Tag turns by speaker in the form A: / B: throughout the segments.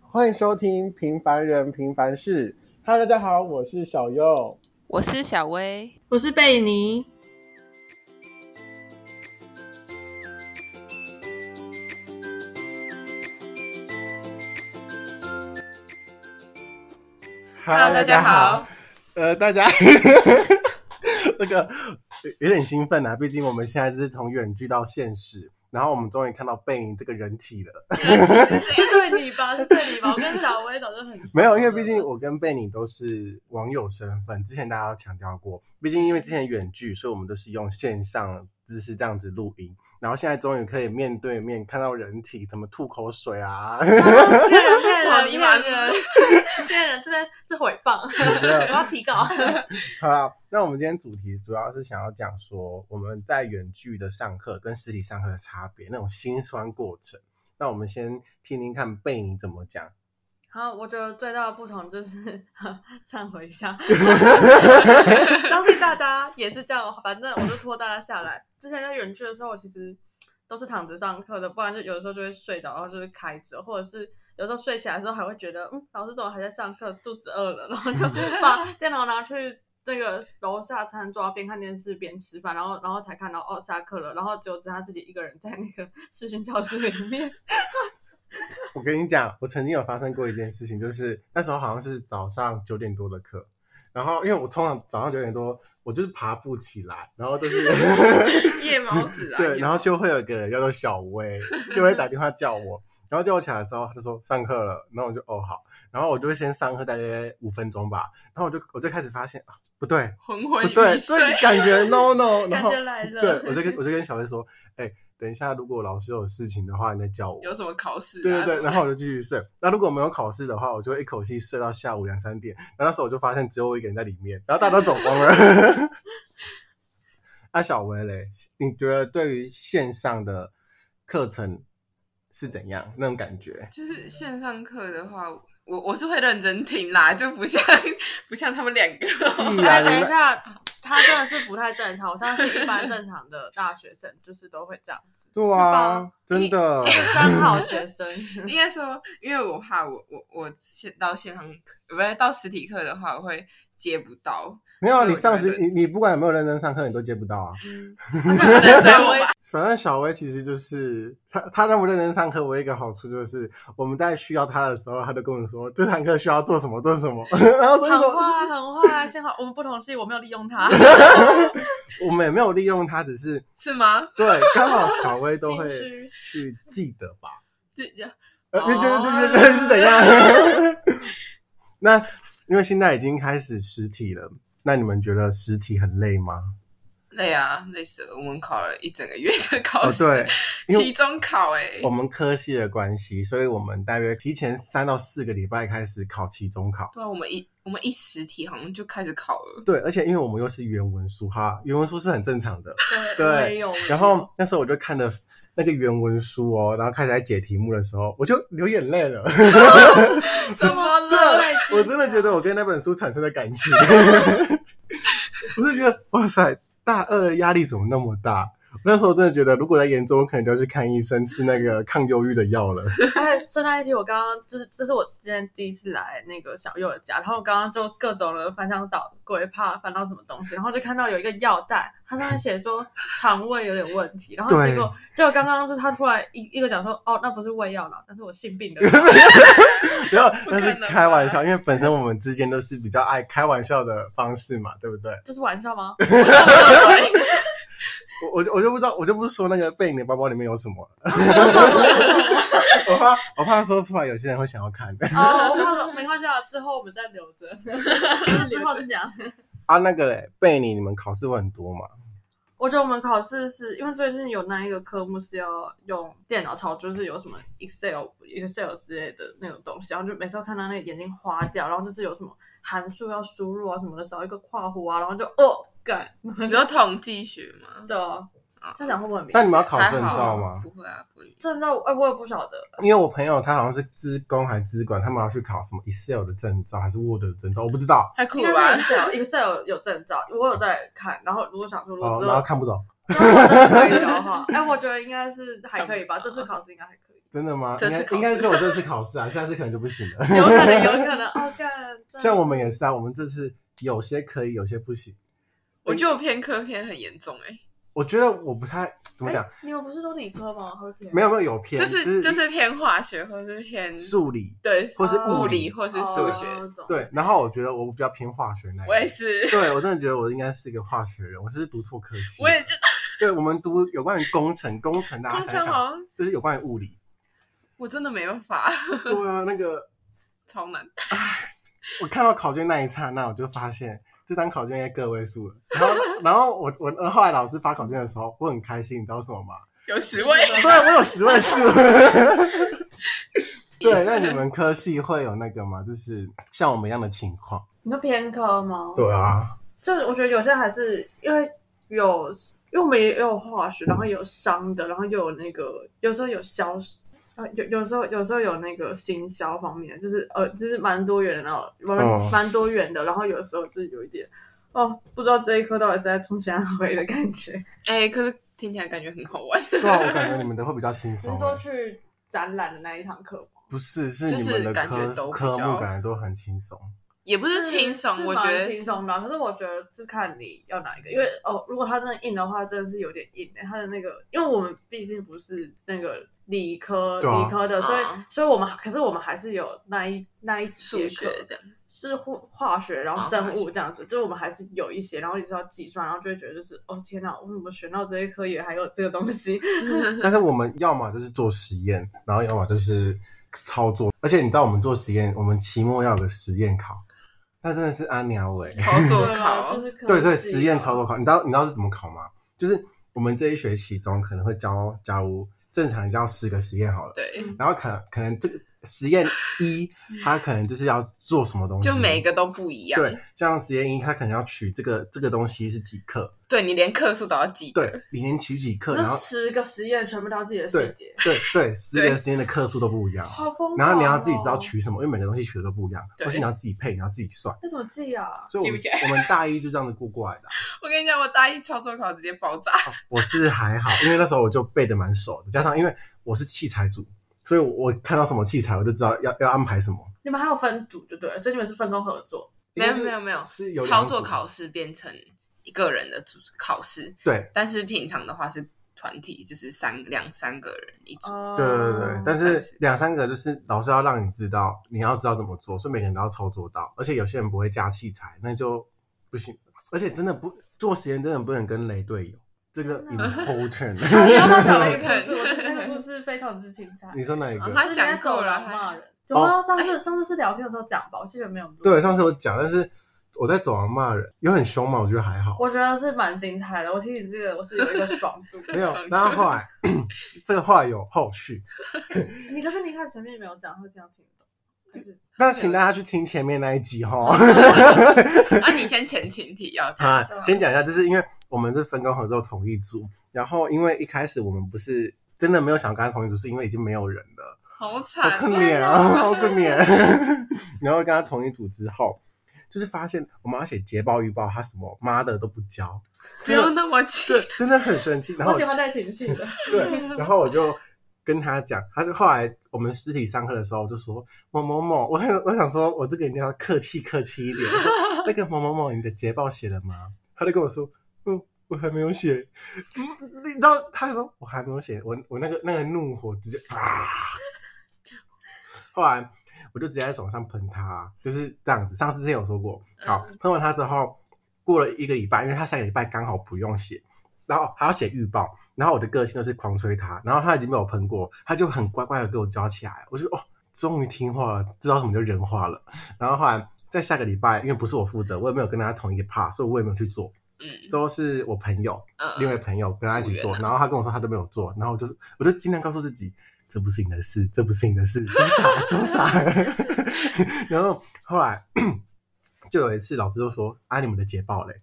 A: 欢迎收听《平凡人平凡事》。Hello，大家好，我是小优。
B: 我是小薇，
C: 我是 贝尼。
A: Hello，
C: 大家好。
A: 呃，大家 那个有点兴奋啊，毕竟我们现在是从远距到现实，然后我们终于看到贝宁这个人体了。
C: 是对你吧？是对你吧？我跟小薇早就很熟
A: 没有，因为毕竟我跟贝宁都是网友身份，之前大家都强调过，毕竟因为之前远距，所以我们都是用线上姿势这样子录音，然后现在终于可以面对面看到人体，怎么吐口水啊，
C: 骗人骗
B: 草
C: 人
B: 泥马
C: 骗 人，骗人这边是诽谤，
A: 的
C: 我要提告。
A: 好啦，那我们今天主题主要是想要讲说我们在远距的上课跟实体上课的差别，那种辛酸过程。那我们先听听看贝尼怎么讲。
C: 好，我觉得最大的不同就是 忏悔一 下，相信大家也是这样，反正我就拖大家下来。之前在远距的时候，我其实都是躺着上课的，不然就有的时候就会睡着，然后就是开着，或者是有时候睡起来的时候还会觉得，嗯，老师怎么还在上课，肚子饿了，然 后就把电脑拿去。那个楼下餐桌边看电视边吃饭，然后然后才看到哦下课了，然后只有只他自己一个人在那个视讯教室里面，
A: 我跟你讲，我曾经有发生过一件事情，就是那时候好像是早上九点多的课，然后因为我通常早上九点多我就是爬不起来，然后就是
B: 夜猫子啊，
C: 哎
A: 对，
B: 夜
A: 然后
B: 猫
A: 就会有一个人叫做小薇，就会打电话叫 我，然后叫我起来的时候，他就说上课了，然后我就哦好，然后我就会先上课大约五分钟吧，然后我就我就开始发现啊不对
B: 魂
A: 不
B: 魂
A: 对，
B: 欲
A: 对
B: 睡，
A: 感 觉 no no，然
C: 感
A: 后
C: 觉来了。
A: 对我就跟我就跟小薇说，哎、等一下如果老师有事情的话，你再叫我。
B: 有什么考试、啊？
A: 对对 对，然后我就继续睡。那如果没有考试的话，我就会一口气睡到下午两三点。然后那时候我就发现只有我一个人在里面，然后大家都走光了。 啊，小薇嘞，你觉得对于线上的课程是怎样那种感觉？
B: 就是线上课的话，我我是会认真听啦，就不像不像他们两个。
A: 屁啊
C: 哎，等
A: 你
C: 一
A: 们
C: 下，他真的是不太正常，我相信一般正常的大学生就是都会这样子，
A: 对
C: 是
A: 啊
C: 吧，
A: 真的，
C: 三好学生，
B: 应该说，因为我怕我我我线到线上课，不是到实体课的话，我会接不到。
A: 没 有你
B: 我
A: 上
B: 觉
A: 时
B: 得
A: 你你不管有没有认真上课，你都接不到啊。
B: 在追我吧？
A: 反正小薇其实就是她，她认不认真上课，我有一个好处就是，我们在需要她的时候，她就跟我们说这堂课需要做什么做什么， 然后所以
C: 很
A: 说
C: 坏很坏，幸好我们不同系，我没有利用他，
A: 我们也没有利用她，只是
B: 是吗？
A: 对刚好小薇都会
C: 心虚
A: 去记得吧，
B: 就
A: 呃，对对对对
B: 哦
A: 对是怎样？ 那因为现在已经开始实体了，那你们觉得实体很累吗？
B: 累啊，累死了！我们考了一整个月的考
A: 哦，
B: 试，
A: 对，因为哦
B: 期中考哎、欸
A: 我，们科系的关系，所以我们大约提前三到四个礼拜开始考期中考。
B: 对啊，我们一我们一实体好像就开始考了。
A: 对，而且因为我们又是原文书哈，原文书是很正常的。 对
C: 没有。
A: 然 后那时候我就看了那个原文书哦，然后开始在解题目的时候，我就流眼泪了。 嗯
B: 怎么
C: 热
B: 了？
C: 泪之下
A: 我真的觉得我跟那本书产生了感情。 我就觉得哇塞，大二的压力怎么那么大？我那时候真的觉得，如果在研中，我可能就要去看医生，吃那个抗忧郁的药 了。
C: 哎，顺带一提，我刚刚就是这是我今天第一次来那个小右的家，然后我刚刚就各种的翻箱倒柜，怕翻到什么东西，然后就看到有一个药袋，他上面写说肠胃有点问题，然后
A: 对
C: 结果结果刚刚就他突然一一个讲说，哦，那不是胃药了，那是我性病的药。
A: 然后
B: 不
A: 那
B: 可
A: 是
B: 能吧
A: 开玩笑，因为本身我们之间都是比较爱开玩笑的方式嘛，对不对？
C: 这是玩笑吗？
A: 我我就我就不知道，我就不是说那个贝你的包包里面有什么，我怕我怕说出来有些人会想要看。
C: 哦， 我怕说没关系啊，之后我们再留着，之后讲。
A: 啊，那个嘞，贝你你们考试会很多嘛？
C: 我觉得我们考试是因为最近有那一个科目是要用电脑抄，就是有什么 Excel、Excel 之类的那种东西，然后就每次都看到那个眼睛花掉，然后就是有什么函数要输入啊什么的，少一个括弧啊，然后就哦干
B: 你说统计学吗？
C: 的。这样讲会不会很明显？
A: 但你们要考
B: 还
A: 证
B: 好
A: 照吗？
B: 不会啊，不会。
C: 证照，哎，我也不晓得。
A: 因为我朋友他好像是资工还是资管，他们要去考什么 Excel 的证照还是 Word 的证照，我不知道。
B: 太酷
C: 应
B: 了
C: 该
B: 吧！
C: 是 Excel Excel 有证照，我有在看。然后如果想说，如果
A: 哦，
C: 之
A: 然后
C: 后
A: 看不懂。
C: 如果真的可以的话，哎，我觉得应该是还可以吧。这次考试应该还可以。
A: 真的吗？
B: 这
A: 应
B: 次
A: 该
B: 考试
A: 应该是只有这次考试啊，下次可能就不行了。
C: 有可能，有可能，哦，干，真 的
A: 像我们也是啊，我们这次有些可以，有些不行。
B: 我觉得我偏科偏很严重哎、
A: 我觉得我不太怎么讲，
C: 哎你们不是都理科吗？会偏
A: 没有没有有偏，
B: 就
A: 就是
B: 就是偏化学或是偏
A: 数理
B: 对
A: 或是
B: 物
A: 理
B: 理，或是数学，
C: 哦懂
A: 对。然后我觉得我比较偏化学那一
B: 我也
A: 类。
B: 是，
A: 对，我真的觉得我应该是一个化学人，我只是读错科系。
B: 我也就
A: 对，我们读有关于工程，工程大家
B: 工
A: 想
B: 程哦
A: 一想，
B: 好像
A: 就是有关于物 理。
B: 我真的没办法，
A: 对啊，那个
B: 超难。
A: 我看到考卷那一刹那，我就发现这张考卷应该个位数了。然后，然后我我后来老师发考卷的时候，我很开心，你知道为什么吗？
B: 有十位，
A: 对，我有十位数。 对，那你们科系会有那个吗？就是像我们一样的情况？
C: 你说偏科吗？
A: 对啊，
C: 就我觉得有些还是因为有，因为我们也有化学，然后有商的，然后又有那个有时候有销，呃，有有时候有时候有那个行销方面，就是呃，就是蛮多元的，然后
A: 哦
C: 蛮蛮多元的，然后有时候就是有一点哦，不知道这一科到底是在冲啥回的感 觉。
B: 哎、可是听起来感觉很好玩，
A: 对啊，我感觉你们的会比较轻
C: 你
A: 松欸
C: 是。说去展览的那一堂课吗？
A: 不是，是
B: 就
A: 你
B: 是
A: 们的
B: 感觉
A: 科
B: 都比
A: 科
B: 较
A: 目感觉都很轻松。
B: 也不是轻
C: 是
B: 松，我
C: 蛮
B: 觉得
C: 轻松的啊。可是我觉得是看你要哪一个，因为哦，如果它真的硬的话，真的是有点硬、欸。它的那个，因为我们毕竟不是那个理科、
A: 对啊
C: 理科的，所以、
B: 啊
C: 所以我们可是我们还是有那一那一节
B: 数
C: 课
B: 学这样。
C: 是化化学，然后
B: 啊
C: 生
B: 化
C: 物
B: 学
C: 这样子，就是我们还是有一些，然后你是要计算，然后就会觉得就是哦天哪，我怎么选到这一科也还有这个 东西？
B: 嗯
A: 但是我们要么就是做实验，然后要么就是操作。而且你知道，我们做实验，我们期末要有个实验考，那真的是阿鸟 喂、
B: 操作
C: 对啊
B: 考
C: 就，是科
A: 对，所以
C: 技
A: 实
B: 哦
A: 验
C: 啊
A: 操作考，你知道你知道是怎么考吗？就是我们这一学期中可能会教，假如正常教十个实验好了，
B: 对，
A: 然后可可能这个实验一，它可能就是要做什么东西，
B: 就每个都不一样。
A: 对，像实验一，它可能要取这个这个东西是几克，
B: 对你连克数都要记得。
A: 对，里面取几克，
C: 那
A: 然后
C: 十个实验全部都要自己的细
A: 对
C: 节，
A: 对对，十个
B: 对
A: 实验的克数都不一样，
C: 好疯狂、哦！
A: 然后你要自己知道取什么，因为每个东西取的都不一样，
B: 对
A: 而且你要自己配，你要自己算。
C: 那怎么记啊？
A: 所以我们
B: 记不起来
A: 我们大一就这样子过过来的啊、
B: 我跟你讲，我大一操作考直接爆炸，
A: 我是还好，因为那时候我就背的蛮熟的，加上因为我是器材组，所以我看到什么器材我就知道要要安排什么。
C: 你们还有分组，就对了，所以你们是分工合作。
B: 没有
A: 应该是
B: 没有没有
A: 是有
B: 操
A: 两
B: 作
A: 组
B: 考试变成一个人的组考试，
A: 对，
B: 但是平常的话是团体，就是三两三个人一组。
C: 哦
A: 对对对，但
B: 三
A: 是
B: 十
A: 两三个就是老师要让你知道，你要知道怎么做，所以每个人都要操作到。而且有些人不会加器材，那就不行。而且真的不做实验，真的不能跟雷队友，这个
C: 哦你要
A: important。
C: 不要讲那个 故事？我觉得那个故事非常之精彩。
A: 你说哪一
B: 啊
A: 个？
B: 他讲过了，
C: 骂
B: 还
C: 人。有没有上次上次是聊天的时候讲吧？我记得没有录。
A: 对，上次我讲，但是我在走廊骂人，有很凶吗？我觉得还好，
C: 我觉得是蛮精彩的。我听你这个，我是有一个爽度。
A: 没有
B: 上。次
A: 然后后来这个话有后续，
C: 你可是你看前面没有讲，会这样听不懂。就是
A: 那请大家去听前面那一集哦哈。
B: 啊，你先前情提要，
A: 啊
C: 对，
A: 先讲一下，就是因为我们是分工合作同一组，然后因为一开始我们不是真的没有想跟他同一组，是因为已经没有人了，
B: 好
A: 好
B: 惨
A: 可，怜啊， 好可怜。 然后跟他同一组之后，就是发现我们要写捷报预报，他什么妈的都不交，
B: 只有那么气，
A: 对，真的很生气。然
C: 我
A: 后
C: 喜欢带情绪的，
A: 对，然后我就跟他讲，他就后来我们实体上课的时候就说某某某，我想我想说我这个人要客气客气一点，我说那个某某某，你的捷报写了吗？他就跟我说，嗯。我还没有写，嗯你知道？他说我还没有写，我我那个那个怒火直接啊！后来我就直接在手上喷他，就是这样子。上次之前有说过，好喷完他之后，过了一个礼拜，因为他下个礼拜刚好不用写，然后还要写预报，然后我的个性就是狂吹他，然后他已经被我喷过，他就很乖乖的给我教起来，我就哦，终于听话了，知道什么叫人话了。然后后来在下个礼拜，因为不是我负责，我也没有跟他同一个 part，所以我也没有去做。
B: 嗯
A: 之后是我朋友，
B: 嗯，
A: 另外朋友跟他一起
B: 组
A: 做，
B: 员啊
A: 然后他跟我说他都没有做，然后我就是我就尽量告诉自己这不是你的事，这不是你的事， 装傻装傻。 然后后来 就有一次老师就说啊你们的捷报嘞，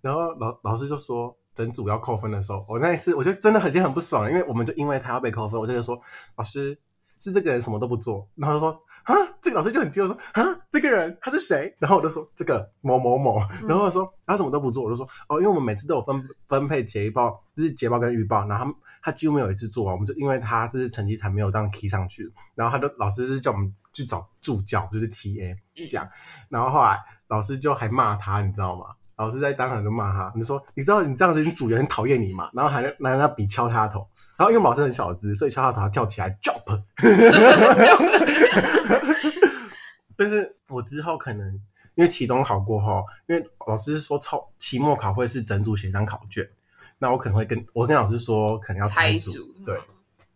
A: 然后老老师就说整组要扣分的时候，我那一次我就真的很已经很不爽了，因为我们就因为他要被扣分，我就就说老师。是这个人什么都不做，然后就说啊，这个老师就很激动说啊，这个人他是谁？然后我就说这个某某某， 然后他说他什么都不做，我就说哦，因为我们每次都有分分配捷报，就是捷报跟预报，然后他们他几乎没有一次做完，我们就因为他这次成绩才没有当 key 上去，然后他就老师就是叫我们去找助教，就是 TA 这
B: 嗯
A: 样，然后后来老师就还骂他，你知道吗？老师在当场就骂他，你说你知道你这样子，你组员很讨厌你嘛？然后还拿拿笔敲他的头，然后因为老师很小只，所以敲他的头，他跳起来 jump。但是我之后可能因为期中考过后，因为老师说超期末考会是整组写一张考卷，那我可能会跟我跟老师说可能要
B: 拆
A: 组，
B: 组
A: 对，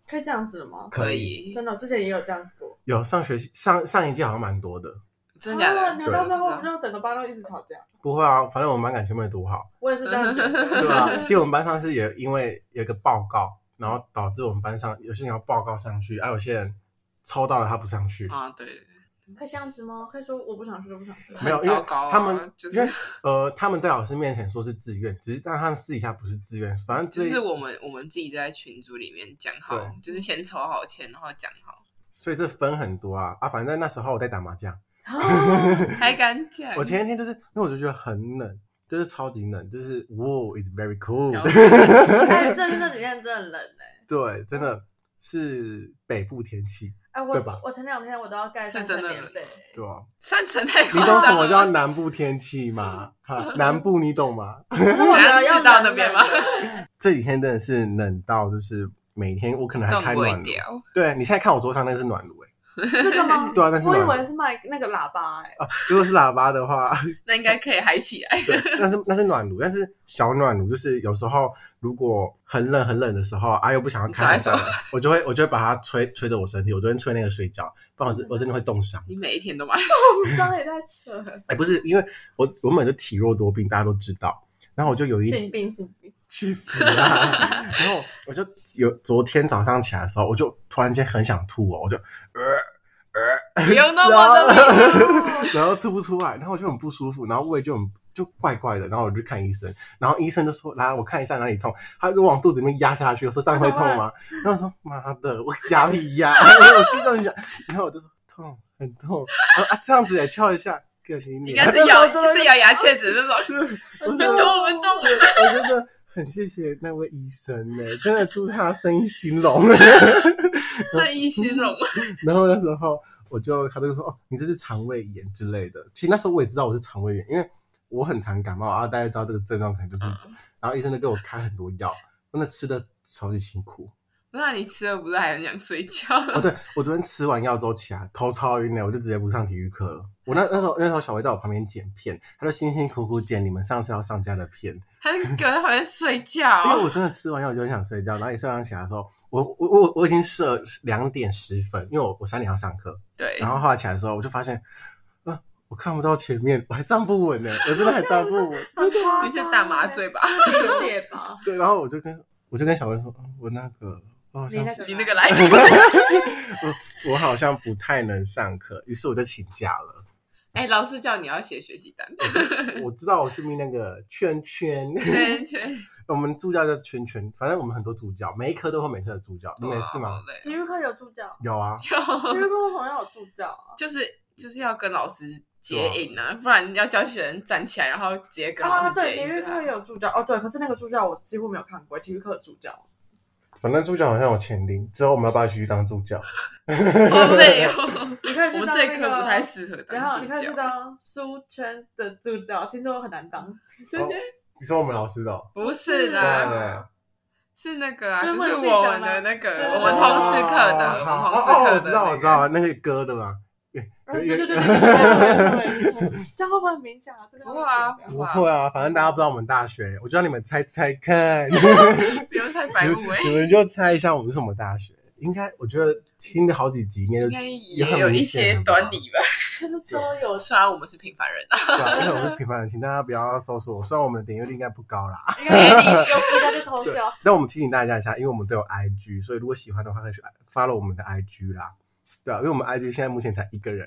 C: 可以这样子了吗？
B: 可以，
C: 真的，之前也有这样子过。
A: 有上学期上上一届好像蛮多的，
B: 真假
C: 啊
B: 的？
C: 你们到
A: 对
C: 最后不就整个班都一直吵架？
A: 不会啊，反正我们班感情没有多好，
C: 我也是这样觉得。
A: 对啊，因为我们班上是也因为有一个报告，然后导致我们班上有些人要报告上去，而、啊有些人抽到了他不上去，
B: 啊，对，
C: 可以这样子吗？可以说 我不想去就不想 去。
A: 没有，
B: 很
A: 因
B: 糟
A: 为
B: 糕啊
A: 他们
B: 就是
A: 因为呃，他们在老师面前说是自愿，只是但他们私底下不是自愿，反正
B: 就
A: 这
B: 是我们我们自己在群组里面讲好，
A: 对
B: 就是先抽好钱，然后讲好，
A: 所以这分很多啊啊！反正那时候我在打麻将，
B: 还敢讲？
A: 我前一天就是因为我就觉得很冷，就是超级冷，就是哇，it's very
B: 然
A: cool，
B: 后
C: 哎，最近这几天真的很冷哎、
A: 对，真的是北部天气，
C: 哎，我
A: 对吧
C: 我前两天我都要盖
B: 是
C: 三
B: 真
C: 层
B: 的
C: 棉
B: 冷
C: 被。欸
A: 对啊，
B: 三层太
A: 你
B: 夸
A: 懂什
B: 张
A: 么叫
B: 了，
A: 南部天气吗？哈，南部你懂吗？
C: 可是我觉得要
B: 南赤道
C: 冷
B: 那边
C: 冷
B: 吗
C: 的
A: 这几天真的是冷到就是每天我可能还
B: 更
A: 开
B: 贵
A: 暖炉，
B: 掉。
A: 对你现在看我桌上那个是暖炉哎、
C: 这个吗？
A: 对啊那是
C: 我以
A: 暖
C: 为是卖那个喇叭哎、
A: 啊，如果是喇叭的话。
B: 那应该可以嗨起来。
A: 对，那是那是暖炉，但是小暖炉就是有时候如果很冷很冷的时候啊，又不想要开
B: 你找一
A: 冷，我就会我就会把它吹吹着我身体，我昨天吹那个睡觉，不然我真我真的会冻伤。
B: 你每一 天都买，
C: 欸，伤也太扯了。
A: 哎、不是，因为我我本来就体弱多病，大家都知道。然后我就有一
C: 性
A: 天
C: 病，性病。
A: 去死啊！ 然后我就有昨天早上起来的时候，我就突然间很想吐哦，我就呃呃，
B: 不用那么的啊明显。
A: 然后吐 不出来，然后我就很不舒服，然后胃就很就怪怪的，然后我就去看医生，然后医生就说：“来，我看一下哪里痛。”他就往肚子里面压下去，我说：“这样会痛吗？”然后我说：“妈的，我压力压。”我心脏想，然后我就说：“痛，很痛。”然后啊，这样子也翘一下，给你
B: 应
A: 脸，
B: 该是
A: 那时 候真
B: 咬
A: 的
B: 是咬牙切齿 那种。
A: 真的我真
B: 们
A: 的
B: 动，我们动
A: 我。真的我真的很谢谢那位医生呢、真的祝他生意兴隆。
B: 正义形容，
A: 然后那时候我就他就说哦，你这是肠胃炎之类的。其实那时候我也知道我是肠胃炎，因为我很常感冒啊，大家知道这个症状可能就是。然后医生就给我开很多药，真的吃的超级辛苦。
B: 那你吃了不是还很想睡觉？
A: 哦，对我昨天吃完药之后起来头超晕的，我就直接不上体育课了。我那那时候那时候小维在我旁边剪片，他就辛辛苦苦剪你们上次要上架的片，
B: 他就给我在旁边睡
A: 因为
B: 觉。
A: 我真的吃完药我就很想睡觉。然后你睡完起来的时候，我我我我已经设两点十分，因为我我三点要上课，
B: 对
A: 然，后后来起来的时候，我就发现，啊，我看不到前面， 我还站不稳呢，我真的还站不 稳。
C: 真的
B: 你是打麻醉吧？
C: 理解吧？
A: 对，然后我就跟我就跟小文说，嗯我那个，我好
C: 你
A: 像
C: 那个，
B: 你那 个，来，
A: 我我好像不太能上课，于是我就请假 了。
B: 哎，老师叫你要写学习单，
A: 我知道我去命那个圈圈，
B: 圈圈，
A: 我们助教叫圈圈，反正我们很多助教，每一科都会有每次的助教，
B: 哦
A: 你没事
B: 哇
A: 吗
B: 好？累
C: 体育课有 助教，
A: 有啊，
B: 就
C: 体育课为什么要有助教啊？
B: 就是就是要跟老师接应啊，不然你要叫学生站起来，然后直接跟老
C: 啊，
B: 师接
C: 对，体
B: 应。
C: 育课有助教哦，对，可是那个助教我几乎没有看过，体育课的助教，
A: 反正助教好像有前零，之后我们要不要继续当助教？
B: 好累哦。
C: 你可以
B: 我
C: 去
B: 们
C: 当
B: 这
C: 那
B: 一
C: 个，
B: 科不太适合
C: 然后
B: 当
C: 你
B: 助
C: 可以
B: 教
C: 去，当书圈的助教，听说很难当，
A: 哦你说我们老师的哦、
B: 不是
A: 对
C: 啊
B: 啦。
A: 对。
B: 是那个啊，
C: 就
B: 就是是
C: 问系
B: 我们
C: 长
B: 的
C: 吗
B: 那个，
C: 对
B: 我们同事课的，
A: 哦
B: 我
A: 好
B: 们同事课
A: 哦
B: 的、
A: 哦我知道，我知。道，那个歌的嘛。
C: 然后对对对对对对对对对，这样会不会很明显啊？这个要
B: 不会啊
C: 剪掉
A: 不会啊，反正大家不知道我们大学，我就让你们猜猜 看，
B: 不用太白目哎、
A: 你们就猜一下我们是什么大学。应该我觉得听了好几集，应该就
B: 应该
A: 也
B: 也
A: 很
B: 有一
A: 明显
B: 些
A: 了吧
B: 端倪吧。
C: 可是都有
B: 虽然我们是平凡人啊，
A: 对啊，因为我们是平凡人，请大家不要搜索我。虽然我们的点阅率应该不高啦，
C: 应该你有时间就偷笑。
A: 但我们提醒大家一下，因为我们都有 IG，所以如果喜欢的话，可以去 follow 我们的 IG 啦。对啊，因为我们 IG 现在目前才一个人，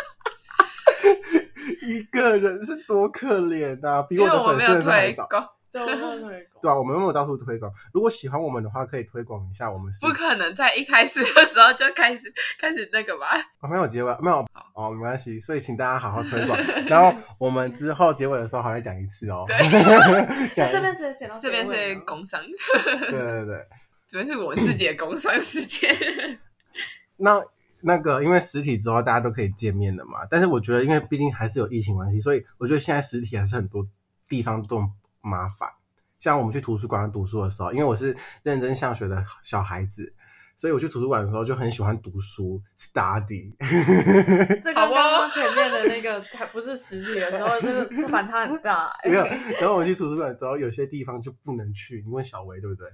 A: 一个人是多可怜啊，比
B: 因
A: 我
B: 为
A: 的
B: 我
A: 粉
B: 没
A: 丝
B: 有
A: 人数还
B: 推
A: 少。
B: 够。
C: 对，我没有推广。
A: 对啊，我们没有到处推广。如果喜欢我们的话，可以推广一下我们是
B: 不可能在一开始的时候就开始开始那个吧？
A: 哦，没有结尾，没有哦，没关系。所以请大家好好推广，然后我们之后结尾的时候好再讲一次哦。讲一
C: 这边直接剪到
B: 这边
C: 结尾
B: 是
C: 吗
B: 工伤，
A: 对对对。
B: 这边是我自己的工伤时间。
A: 那那个，因为实体之后大家都可以见面了嘛，但是我觉得，因为毕竟还是有疫情关系，所以我觉得现在实体还是很多地方都很麻烦。像我们去图书馆读书的时候，因为我是认真上学的小孩子，所以我去图书馆的时候就很喜欢读书 study。
C: 这跟
B: 好
C: 刚
B: 哦
C: 刚前面的那个还不是实体的时候，这个是反差很大、欸。
A: 没有，然后我去图书馆之后，有些地方就不能去。你问小维对不对？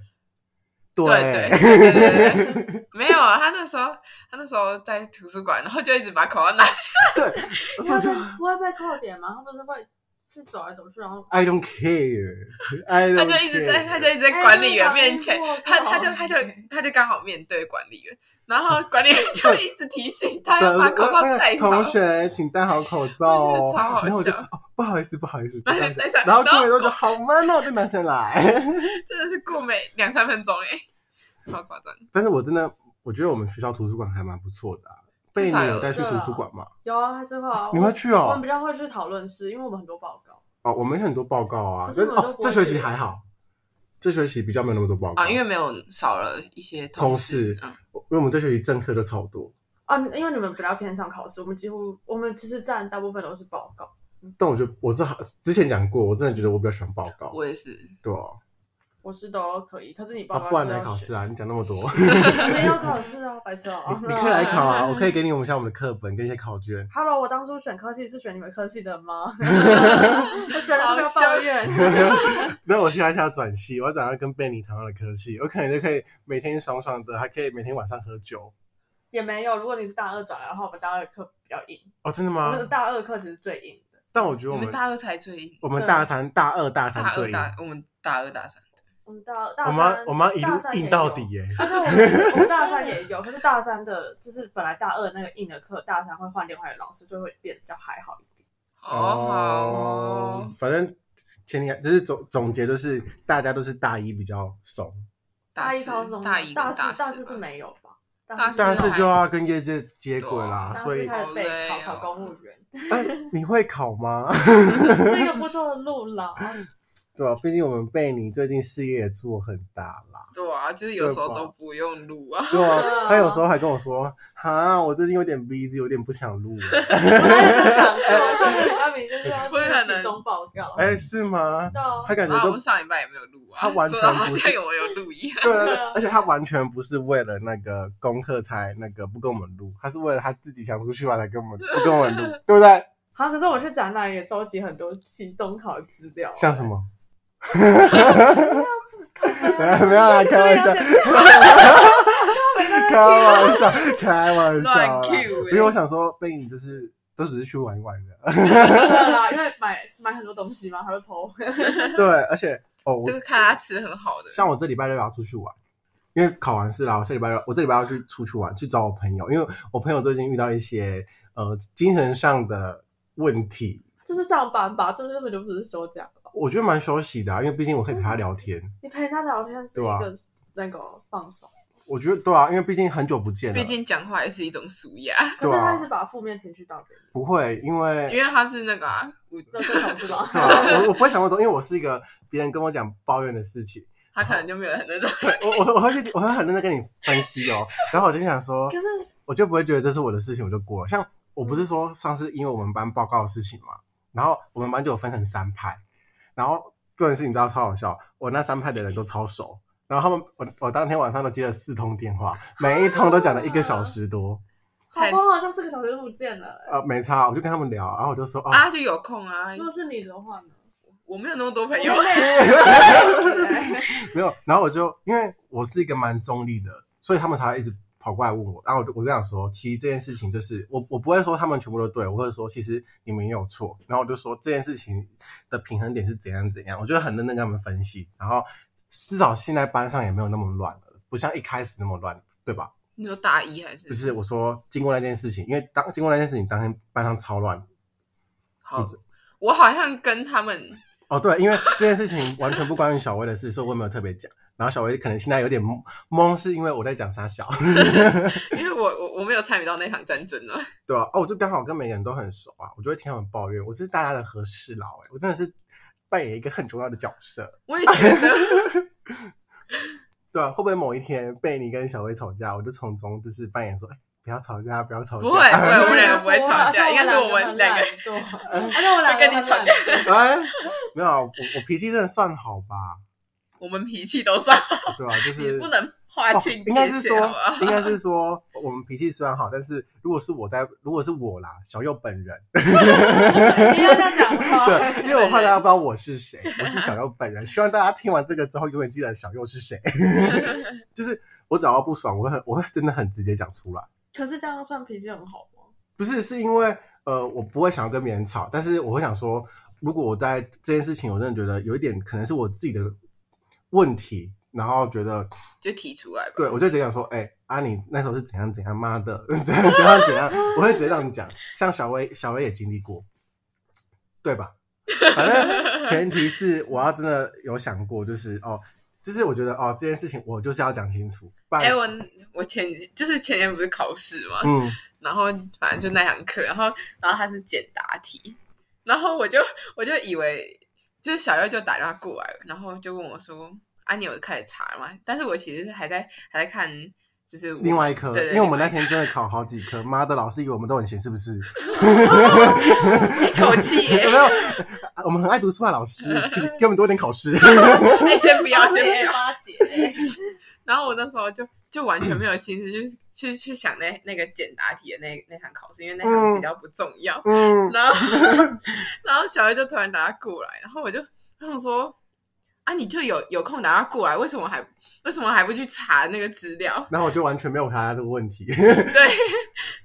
A: 对
B: 对对对对对对，没有啊，他那时候他那时候在图书馆，然后就一直把口罩拿下。
A: 我
C: 你会
A: 说
C: 被
A: 就
C: 不会被扣点吗？他不是会去走来走去，然后
A: I don't care，I don't care。
B: 他就一直在，他就一直在管理员面前
C: 哎，
B: 他
A: 哦
B: 他就他就他就刚好面对管理员，然后管理 员就一直提醒他
A: 对
B: 要把
A: 那
B: 口罩
A: 个
B: 戴好，
A: 同学，请戴好口罩
B: 真
A: 哦
B: 的超好。
A: 然后我就、
B: 笑
A: 哦、不好意思，不好意 思，不
B: 然
A: 好
B: 后
A: 意思
B: 戴上。
A: 然后
B: 然后
A: 各位都说好 man 哦，这男生来。
B: 真的是过没两三分钟哎、超夸张。
A: 但是我真的，我觉得我们学校图书馆还蛮不错的、啊。被
B: 至少
A: 你
B: 有
A: 有带去
C: 对
A: 图
C: 啊
A: 书馆吗？
C: 有啊，还是会啊。
A: 你会去
C: 我
A: 哦
C: 们比？较会去讨论室，因为我们很多报告。
A: 哦，我们有很多报告啊，
C: 可是
A: 但是
C: 我们
A: 哦
C: 都，不
A: 这
C: 会
A: 学期
C: 去
A: 还好，这学期比较没有那么多报告
B: 啊，因为没有少了一些
A: 同
B: 事嗯
A: 事，因为我们这学期政课都超多，
C: 啊，因为你们比较偏向考试，我们几乎我们其实占大部分都是报告。
A: 但我觉得我是好之前讲过，我真的觉得我比较喜欢报告，
B: 我也是，
A: 对哦，
C: 我是都可以，可是你报
A: 啊，
C: 告
A: 不然
C: 是
A: 来
C: 要哦
A: 考
C: 选
A: 试，啊，你讲那么 多，
C: 没有考试啊，白痴哦、
A: 你可以来考啊，我可以给你我们像我们的课本跟一些考卷，
C: Hello，我当初选科系是选你们科系的吗？ 我选了
B: 好
C: 都没有抱怨。
A: 那我现在是要转系，我要转到跟 Benny 同样的科系，我可能就可以每天爽爽的，还可以每天晚上喝酒。
C: 也没有，如果你是大二转来的话，我们大二的课比较硬，
A: 哦，真的
C: 我
A: 吗
C: 们？的大二课其实最硬的。
A: 但我觉得
B: 你
A: 我
B: 们
A: 们
B: 大二才最硬，
A: 我们
C: 对
A: 大三、大二、大
B: 大
A: 三最
B: 二
A: 硬，
B: 大我们大二大三，
C: 我们大二大
A: 我
C: 三，
A: 们要我们要一
C: 大
A: 路
C: 三也
A: 硬到
C: 有
A: 底。耶、
C: 但是我们我们大三也有，可是大三的，就是本来大二那个硬的课，大三会换另外的老师，所以会变得比较还哦好一点。
B: 好好哦，
A: 反正前提就是总总结就是大家都是大一比较怂，
C: 大一
B: 四
C: 超松，
B: 大一跟
C: 大四
B: 大
C: 四是
B: 吧
C: 没有吧？
B: 大
C: 四
A: 大
B: 大
A: 四
B: 四
C: 还
A: 就要跟业界接轨啦，
B: 啊
C: 大
A: 所
C: 四
A: 以
C: 开始备
B: 好
C: 考
B: 累哦
C: 考公务员，
A: 哎，你会考吗？
C: 是一个不错的路啦。
A: 对啊，毕竟我们贝尼最近事业也做很大啦。
B: 对啊，就是有时候
A: 对吧
B: 都不用录啊，
A: 对啊，
C: 啊
A: 他有时候还跟我说：“哈，我最近有点 busy，有点不想录了。
C: 我还想说，上个礼拜明就是要
B: 不可能
C: 去集中报告。
A: 哎，是吗？
C: 到
A: 他感觉
B: 然后我
A: 都
B: 们上礼拜也没有录啊，
A: 他完全
B: 说得好
A: 不是
B: 像我有录一样，
A: 对
C: 对啊
A: 而且他完全不是为了那个功课才那个不跟我们录，他是为了他自己想出去玩才跟我们不跟我们录，对不对？
C: 好，可是我去展览也收集很多期中考资料，
A: 像什么？
C: 靠
A: 没
C: 背啊
A: 有 没有啦，开玩笑，开玩笑，开玩笑啦
B: 乱 Q 欸
A: 因为我想说，贝尼就是都只是去玩一玩的，
C: 对啦，因为买买很多东西嘛，还会偷。
A: 对，而且哦，我
B: 就是看他吃很好的，
A: 像我这礼拜六要出去玩，因为考完试啦，我下礼拜六我这礼拜要去出去玩，去找我朋友，因为我朋友最近遇到一些呃精神上的问题，
C: 这是上班吧？这根本就不是休假吧？
A: 我觉得蛮休息的、啊，因为毕竟我可以陪他聊天。
C: 你陪他聊天是一个那个放松，
A: 我觉得对啊，因为毕竟很久不见了，
B: 毕竟讲话也是一种俗雅，
C: 可
A: 对
C: 是他
A: 啊
C: 一直，把负面情绪倒给你，
A: 不会，因为
B: 因为他是那个啊，我
C: 那正常是吧？
A: 对啊，我我不会想那么多，因为我是一个别人跟我讲抱怨的事情，
B: 他可能就没有很那种，
A: 我我我会去我会很认真跟你分析哦，然后我就想 说
C: 可，是
A: 我就不会觉得这是我的事情，我就过了。像我不是说上次因为我们班报告的事情嘛，然后我们班就有分成三派，然后这件事你知道超好笑，我那三派的人都超熟，然后他们我我当天晚上都接了四通电话，每一通都讲了一个小时多，
C: 好不好？像四个小时就不见了欸。
A: 呃，没差，我就跟他们聊，然后我就说啊，
B: 啊，就有空啊
C: 如，果是你的话呢？
B: 我没有那么多朋
C: 我
B: 友
C: 就，累了
A: 没有，然后我就因为我是一个蛮中立的，所以他们才会一直跑过来问我，然后我就我就想说，其实这件事情就是我我不会说他们全部都对，我会说其实你们也有错，然后我就说这件事情的平衡点是怎样怎样，我就很认真跟他们分析，然后至少现在班上也没有那么乱了，不像一开始那么乱，对吧？
B: 你说大一还是
A: 就是我说经过那件事情，因为当经过那件事情当天班上超乱，
B: 好，我好像跟他们
A: 哦，对，因为这件事情完全不关于小薇的事，所以我也没有特别讲。然后小薇可能现在有点懵，懵是因为我在讲傻小，
B: 因为我我我没有参与到那场战争啊。
A: 对吧、哦，我就刚好跟每个人都很熟啊，我就会听他们抱怨，我是大家的和事佬哎、我真的是扮演一个很重要的角色，
B: 我 也觉得，
A: 对啊，会不会某一天被你跟小薇吵架，我就从中就是扮演说，哎，不要吵架，不要吵架，
B: 不会 不会
C: 对
B: 我们两个不会吵架应该是我们两个
C: 个， 而且我们两个
B: 跟你吵架
C: 很懒 惰
A: 哎，没有啊，我我脾气真的算好吧？
B: 我们脾气都算好，
A: 对啊，就
B: 你
A: 是
B: 不能划
A: 哦
B: 清界
A: 应该是
B: 限
A: 说
B: 好吧？，
A: 应该是说，我们脾气虽然好，但是如果是我在，如果是我啦，小右本人，
C: 你要这样讲话。
A: 对，因为我怕大家不知道我是谁，我是小右本人。希望大家听完这个之后，永远记得小右是谁。 就是我只要不爽，我会很，我会真的很直接讲出来。
C: 可是这样算脾气很好吗？
A: 不是，是因为呃，我不会想要跟别人吵，但是我会想说，如果我在这件事情，我真的觉得有一点可能是我自己的问题，然后觉得
B: 就提出来吧。
A: 对，我就直接讲说，哎、啊，你那时候是怎样怎样，妈的， 怎样怎样怎样，我会直接这样讲。像小薇，小薇也经历过，对吧？反正前提是我要真的有想过，就是哦，就是我觉得哦，这件事情我就是要讲清楚，不然，
B: 哎、我我前就是前年不是考试嘛，
A: 嗯，
B: 然后反正就那堂课，然后然后他是简答题，然后我就我就以为就是小优就打电话过来，然后就问我说：“啊，你有开始查了吗？”但是我其实还在还在看，就是我
A: 另外一科，
B: 对对
A: 因为我们
B: 另
A: 那
B: 外一
A: 天真的考好几科，妈的，老师以为我们都很闲，是不 是？
B: 口气、
A: 有 没
B: 欸，
A: 有？啊我们很爱读书啊，老师，请给我们多点考 试。
B: 哎、先不要，先不要。
C: 巴结，
B: 然后我那时候就就完全没有心思，就是去去想那那个简答题的那那堂考试，因为那堂
A: 嗯
B: 比较不重要。
A: 嗯，
B: 然后然后小薇就突然打他过来，然后我就他们说啊，你就有有空打他过来，为什么还为什么还不去查那个资料？
A: 然后我就完全没有回答他这个问题。
B: 对，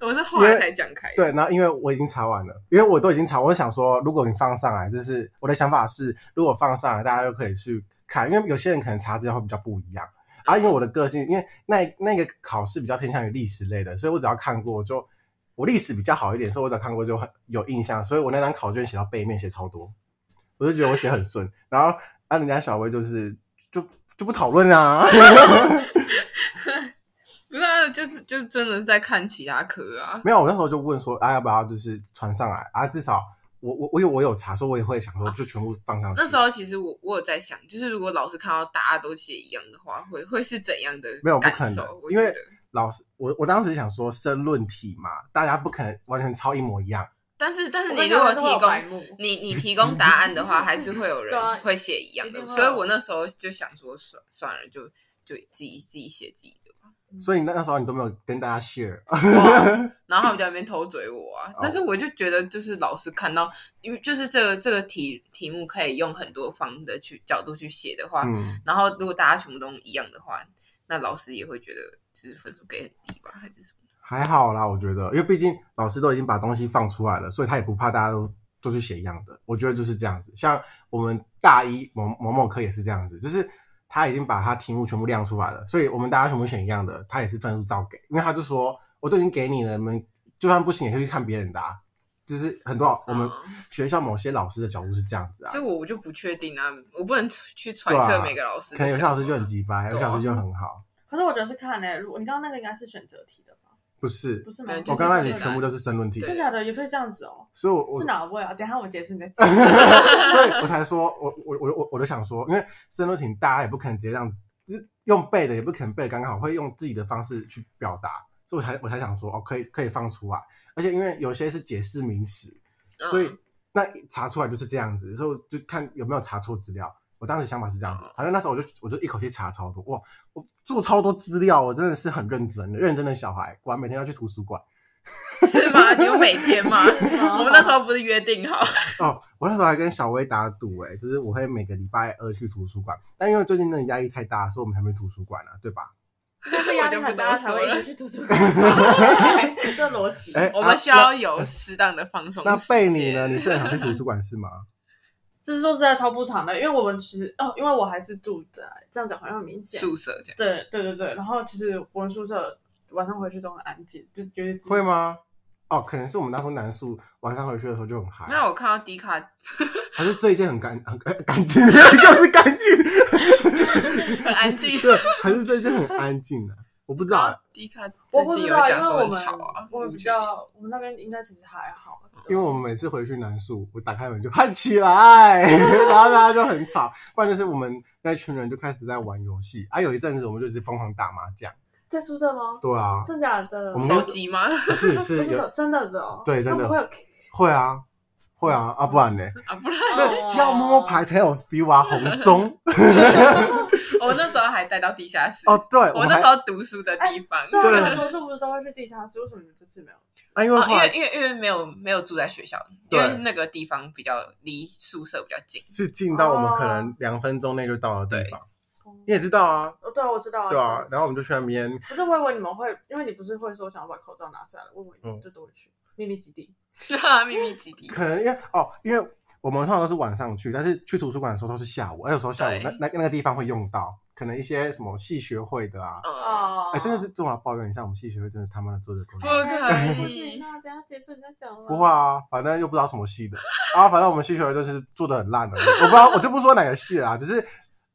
B: 我是后来才讲开的。
A: 对，然后因为我已经查完了，因为我都已经查，我想说，如果你放上来，就是我的想法是，如果放上来，大家就可以去看，因为有些人可能查资料会比较不一样啊。因为我的个性，因为那那个考试比较偏向于历史类的，所以我只要看过我就。我历史比较好一点，所以我只要看过就很有印象，所以我那张考卷写到背面写超多，我就觉得我写很顺。然后啊，人家小薇就是就就不讨论啊，
B: 不是、啊，就是就是真的是在看其他科啊。
A: 没有，我那时候就问说，啊，要不要就是传上来啊？至少我我我有我有查，所以我也会想说，就全部放上去。
B: 那时候其实我我有在想，就是如果老师看到大家都写一样的话，会会是怎样的
A: 没有不
B: 感
A: 可能
B: 受？我
A: 因为
B: 觉得
A: 老师，我我当时想说申论题嘛，大家不可能完全抄一模一样。
B: 但是但是
C: 我跟
B: 你
C: 你
B: 如
C: 讲
B: 果提
C: 还是会有白
B: 供
C: 目
B: 你你提供答案的话，还是会有
C: 对啊
B: 人会写一样
C: 一
B: 的，
C: 定会
B: 所以
C: 有
B: 我那时候就想说算算了，就就自己自己写自己的吧。
A: 所以那那时候你都没有跟大家 share，
B: 啊 然后他们就在那边偷嘴我啊
A: 哦，
B: 但是我就觉得就是老师看到，因为就是这个这个题题目可以用很多方的去角度去写的话，
A: 嗯，
B: 然后如果大家全部都一样的话，那老师也会觉得就是分数给很低吧，还是什么？
A: 还好啦，我觉得，因为毕竟老师都已经把东西放出来了，所以他也不怕大家都都去写一样的。我觉得就是这样子，像我们大一某某某科也是这样子，就是他已经把他题目全部亮出来了，所以我们大家全部选一样的，他也是分数照给，因为他就说我都已经给你了，你们就算不行也可以去看别人的、啊。就是很多老我们
B: 嗯
A: 学校某些老师的角度是这样子啊，
B: 就我我就不确定啊，我不能去揣
A: 对啊
B: 测每个老师的
A: 可能有
B: 想
A: 些
B: 法。
A: 老师就很鸡掰，有些
B: 对啊
A: 老师就很好，
C: 可是我觉得是看嘞，如果你刚刚那个应该是选择题的吧？
A: 不是
C: 不？是吗
B: 嗯？就
A: 我
B: 是
A: 刚刚你
B: 这个
A: 全部都是申论题，
B: 对
C: 真假的也可以这样子哦？
A: 所以我我
C: 是哪位啊？等一下我们结束你再讲。
A: 所以我才说，我我我我我就想说，因为申论题大家也不可能直接让，就是用背的也不可能背得刚刚好，会用自己的方式去表达，所以我才我才想说，哦，可以可以放出来，而且因为有些是解释名词，
B: 嗯
A: 所以那一查出来就是这样子，所以我就看有没有查错资料。我当时想法是这样子，反正那时候我就我就一口气查超多，哇，我做超多资料，我真的是很认真的，认真的小孩，果然每天要去图书馆。
B: 嗯是吗？你有每天 吗？
C: 吗
B: 我们那时候不是约定好？
A: 哦，我那时候还跟小薇打赌，哎，就是我会每个礼拜二去图书馆，但因为最近真的压力太大，所以我们还没去图书馆啊，对吧？
C: 就是压力很大才会一直去图书馆， 这逻辑。
A: 哎、
B: 我
A: 啊
B: 们需要有适当的放松时间、
A: 那那贝你呢？你是很想去图书馆是吗？
C: 这说实在超不长的，因为我们其实哦，因为我还是住在这样讲好像很明显。
B: 宿舍这样？
C: 对对对对，然后其实我们宿舍晚上回去都很安静，就觉得
A: 会吗？哦，可能是我们那时候南宿晚上回去的时候就很嗨。
B: 那我看到迪卡，
A: 还是这一件很干很干干净， 就是干净。
B: 很安静。
A: 对，还是这一件很安静的、啊我不知道，
B: 迪卡
C: 我
B: 最
C: 不
B: 近
C: 知
B: 有
C: 道，因
B: 讲
C: 为
B: 说
C: 我
B: 很
C: 们
B: 吵啊，
C: 我
B: 不
C: 比
B: 确定
C: 较我们那边应该其实还好，
A: 因为我们每次回去南宿，我打开门就喊起来， 然后大家就很吵，不然就是我们那群人就开始在玩游戏啊。有一阵子我们就一直疯狂打麻将，
C: 在宿舍吗？
A: 对啊，
C: 真假的？
A: 我们
B: 手机吗？
A: 不是
C: 不
A: 是
C: 是
A: 有
C: 手真的的哦，
A: 对真的
C: 那不会有
A: 会啊会啊啊，不然呢？
B: 啊，不然
A: 这要摸牌才有 feel 啊，红中
B: 我那时候还带到地下室。
A: 哦，对，
B: 我
A: 们
B: 那
A: 还哎
B: 时候读书的地方，
C: 对啊，
A: 对
C: 你们读书不是都会去地下室？为什么你们这次没 有？
A: 啊，因为
B: 哦
A: 后
B: 因为
A: 来
B: 因为因为没有没有住在学校，因
A: 对
B: 为那个地方比较离宿舍比较 近，
A: 是近到我们可
B: 哦
A: 能两分钟内就到的地方，你也知道啊，
C: 哦，对啊，我知道，
A: 对啊，，然后我们就去那边
C: 不是，我以为你们会，因为你不是会说想要把口罩拿下来，我以为
A: 嗯
C: 你们就都会去秘密基地。
B: 秘密基地。
A: 可能因为哦，因为我们通常都是晚上去，但是去图书馆的时候都是下午，而有时候下午那
B: 对
A: 那那个地方会用到，可能一些什么系学会的啊，
B: 嗯，
C: 哦
A: 哎、真 的是这么抱怨一下，我们系学会真的他妈的做的工
B: 不
A: 作。
B: 可
C: 不
B: 以
C: 行，啊，等一下结束你再讲了。
A: 不会啊，反正又不知道什么系的啊，反正我们系学会就是做的很烂的，我不知道，我就不说哪个系啊啦，只是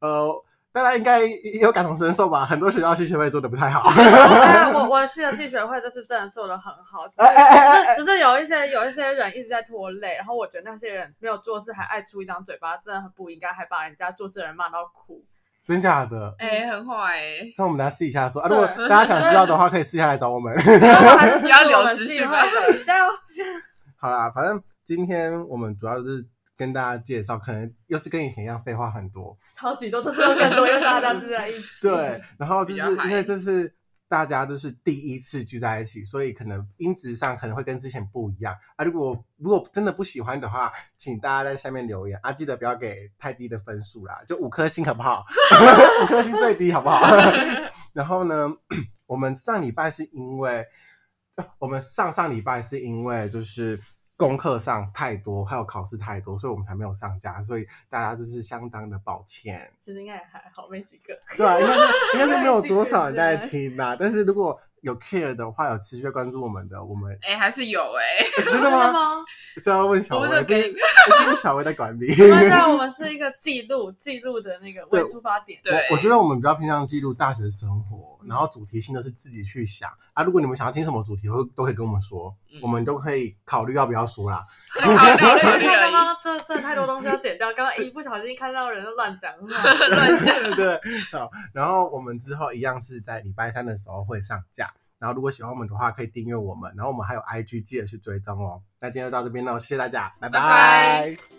A: 呃，大家应该也有感同身受吧，很多学校系学会做的不太好。
C: 哎， 我我系的系学会这次真的做的很好，只是
A: 哎哎哎
C: 只是有一些有一些人一直在拖累，然后我觉得那些人没有做事还爱出一张嘴巴，真的很不应该，还把人家做事的人骂到 哭。
A: 真假的？
B: 哎，很坏哎，
A: 那我们来试一下说啊，如
C: 对
A: 果大家想知道的话，可以私下来找我们。
C: 还是
B: 不要留
C: 我们
B: 资
C: 系
B: 讯
C: 会
B: 吧
C: 的，加油！
A: 好啦，反正今天我们主要就是跟大家介绍，可能又是跟以前一样废话很多，
C: 超级多，这次有更多，因为大家聚在一起。
A: 对，然后就是
B: 比较嗨
A: 因为这是大家都是第一次聚在一起，所以可能音质上可能会跟之前不一样啊。如果如果真的不喜欢的话，请大家在下面留言啊，记得不要给太低的分数啦，就五颗星好不好？ 五颗星最低好不 好？然后呢，我们上礼拜是因为，呃我们上上礼拜是因为就是功课上太多，还有考试太多，所以我们才没有上架，所以大家就是相当的抱歉。
C: 其实应该也还好，没几个。
A: 对啊，应该是应该 是没有多少人在听啦。但是如果有 care 的话，有持续关注我们的，我 们、
B: 哎，还是有哎，
A: 欸真的吗？？这要问小
B: 我
A: 维，
B: 们都
A: 这
B: 给
A: 是这是小维在 管理。
C: 现在我们是一个记录记录的那个为出发点。
B: 对
A: 我我觉得我们比较偏向记录大学生活，然后主题性都是自己去想啊。如果你们想要听什么主题，都都可以跟我们说，
B: 嗯
A: 我们都可以考虑要不要说啦。
B: 考虑考
C: 因
B: 虑
C: 为刚
B: 而
C: 刚这这太多东西要剪掉，刚刚一不小心看到人就乱讲 话。
B: 已，乱讲。
A: 对对，好。然后我们之后一样是在礼拜三的时候会上架。然后如果喜欢我们的话，可以订阅我们。然后我们还有 IG，记得去追踪哦。那今天就到这边喽，谢谢大家，拜
B: 拜拜